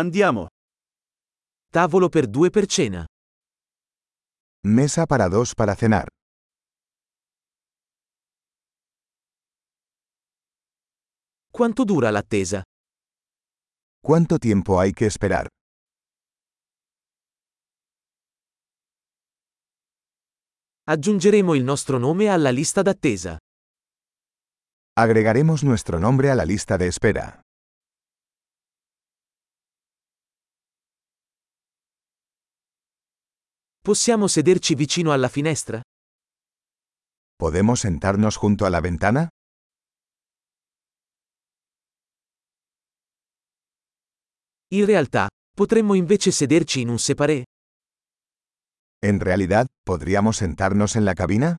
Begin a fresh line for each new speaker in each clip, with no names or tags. Andiamo. Tavolo per due per cena.
Mesa para dos para cenar.
Quanto dura l'attesa?
¿Cuánto tiempo hay que esperar?
Aggiungeremo il nostro nome alla lista d'attesa.
Agregaremos nuestro nombre a la lista de espera.
Possiamo sederci vicino alla finestra?
¿Podemos sentarnos junto a la ventana?
In realtà, potremmo invece sederci in un separé.
En realidad, ¿podríamos sentarnos en la cabina?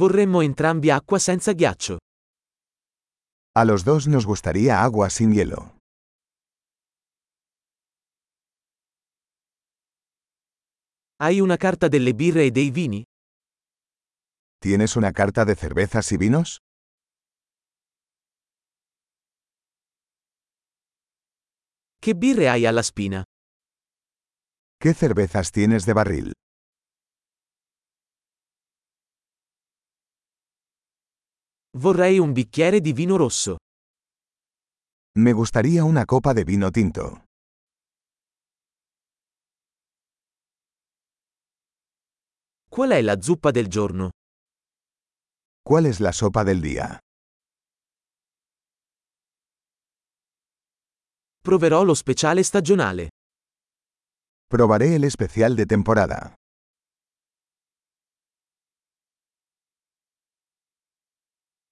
Vorremmo entrambi acqua senza ghiaccio.
A los dos nos gustaría agua sin hielo.
Hai una carta delle birre e dei vini?
¿Tienes una carta de cervezas y vinos?
Che birre hai alla spina?
¿Qué cervezas tienes de barril?
Vorrei un bicchiere di vino rosso.
Me gustaría una copa de vino tinto.
Qual è la zuppa del giorno?
¿Cuál es la sopa del día?
Proverò lo speciale stagionale.
Probaré el especial de temporada.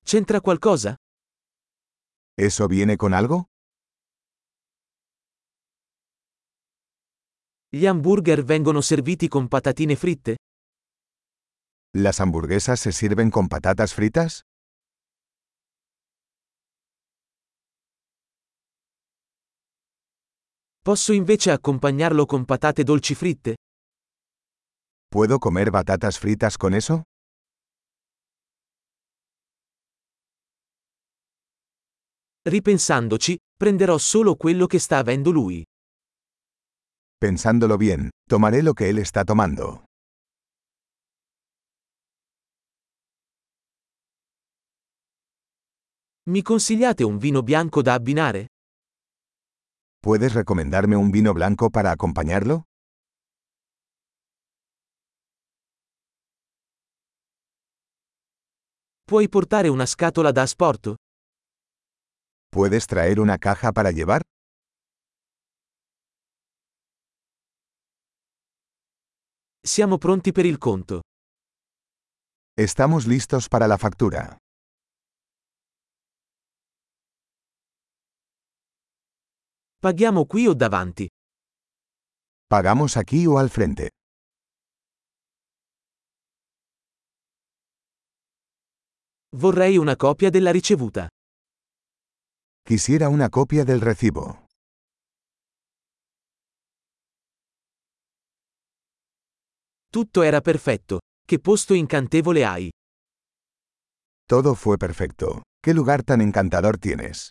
C'entra qualcosa?
¿Eso viene con algo?
Gli hamburger vengono serviti con patatine fritte?
¿Las hamburguesas se sirven con patatas fritas?
Posso invece accompagnarlo con patate dolci fritte?
¿Puedo comer batatas fritas con eso?
Ripensandoci, prenderò solo quello che sta avendo lui.
Pensándolo bien, tomaré lo que él está tomando.
Mi consigliate un vino bianco da abbinare?
¿Puedes recomendarme un vino blanco para acompañarlo?
Puoi portare una scatola da asporto?
¿Puedes traer una caja para llevar?
Siamo pronti per il conto.
Estamos listos para la factura.
Paghiamo qui o davanti?
¿Pagamos aquí o al frente?
Vorrei una copia della ricevuta.
Quisiera una copia del recibo.
Tutto era perfetto. Che posto incantevole hai.
Todo fue perfecto. ¿Qué lugar tan encantador tienes?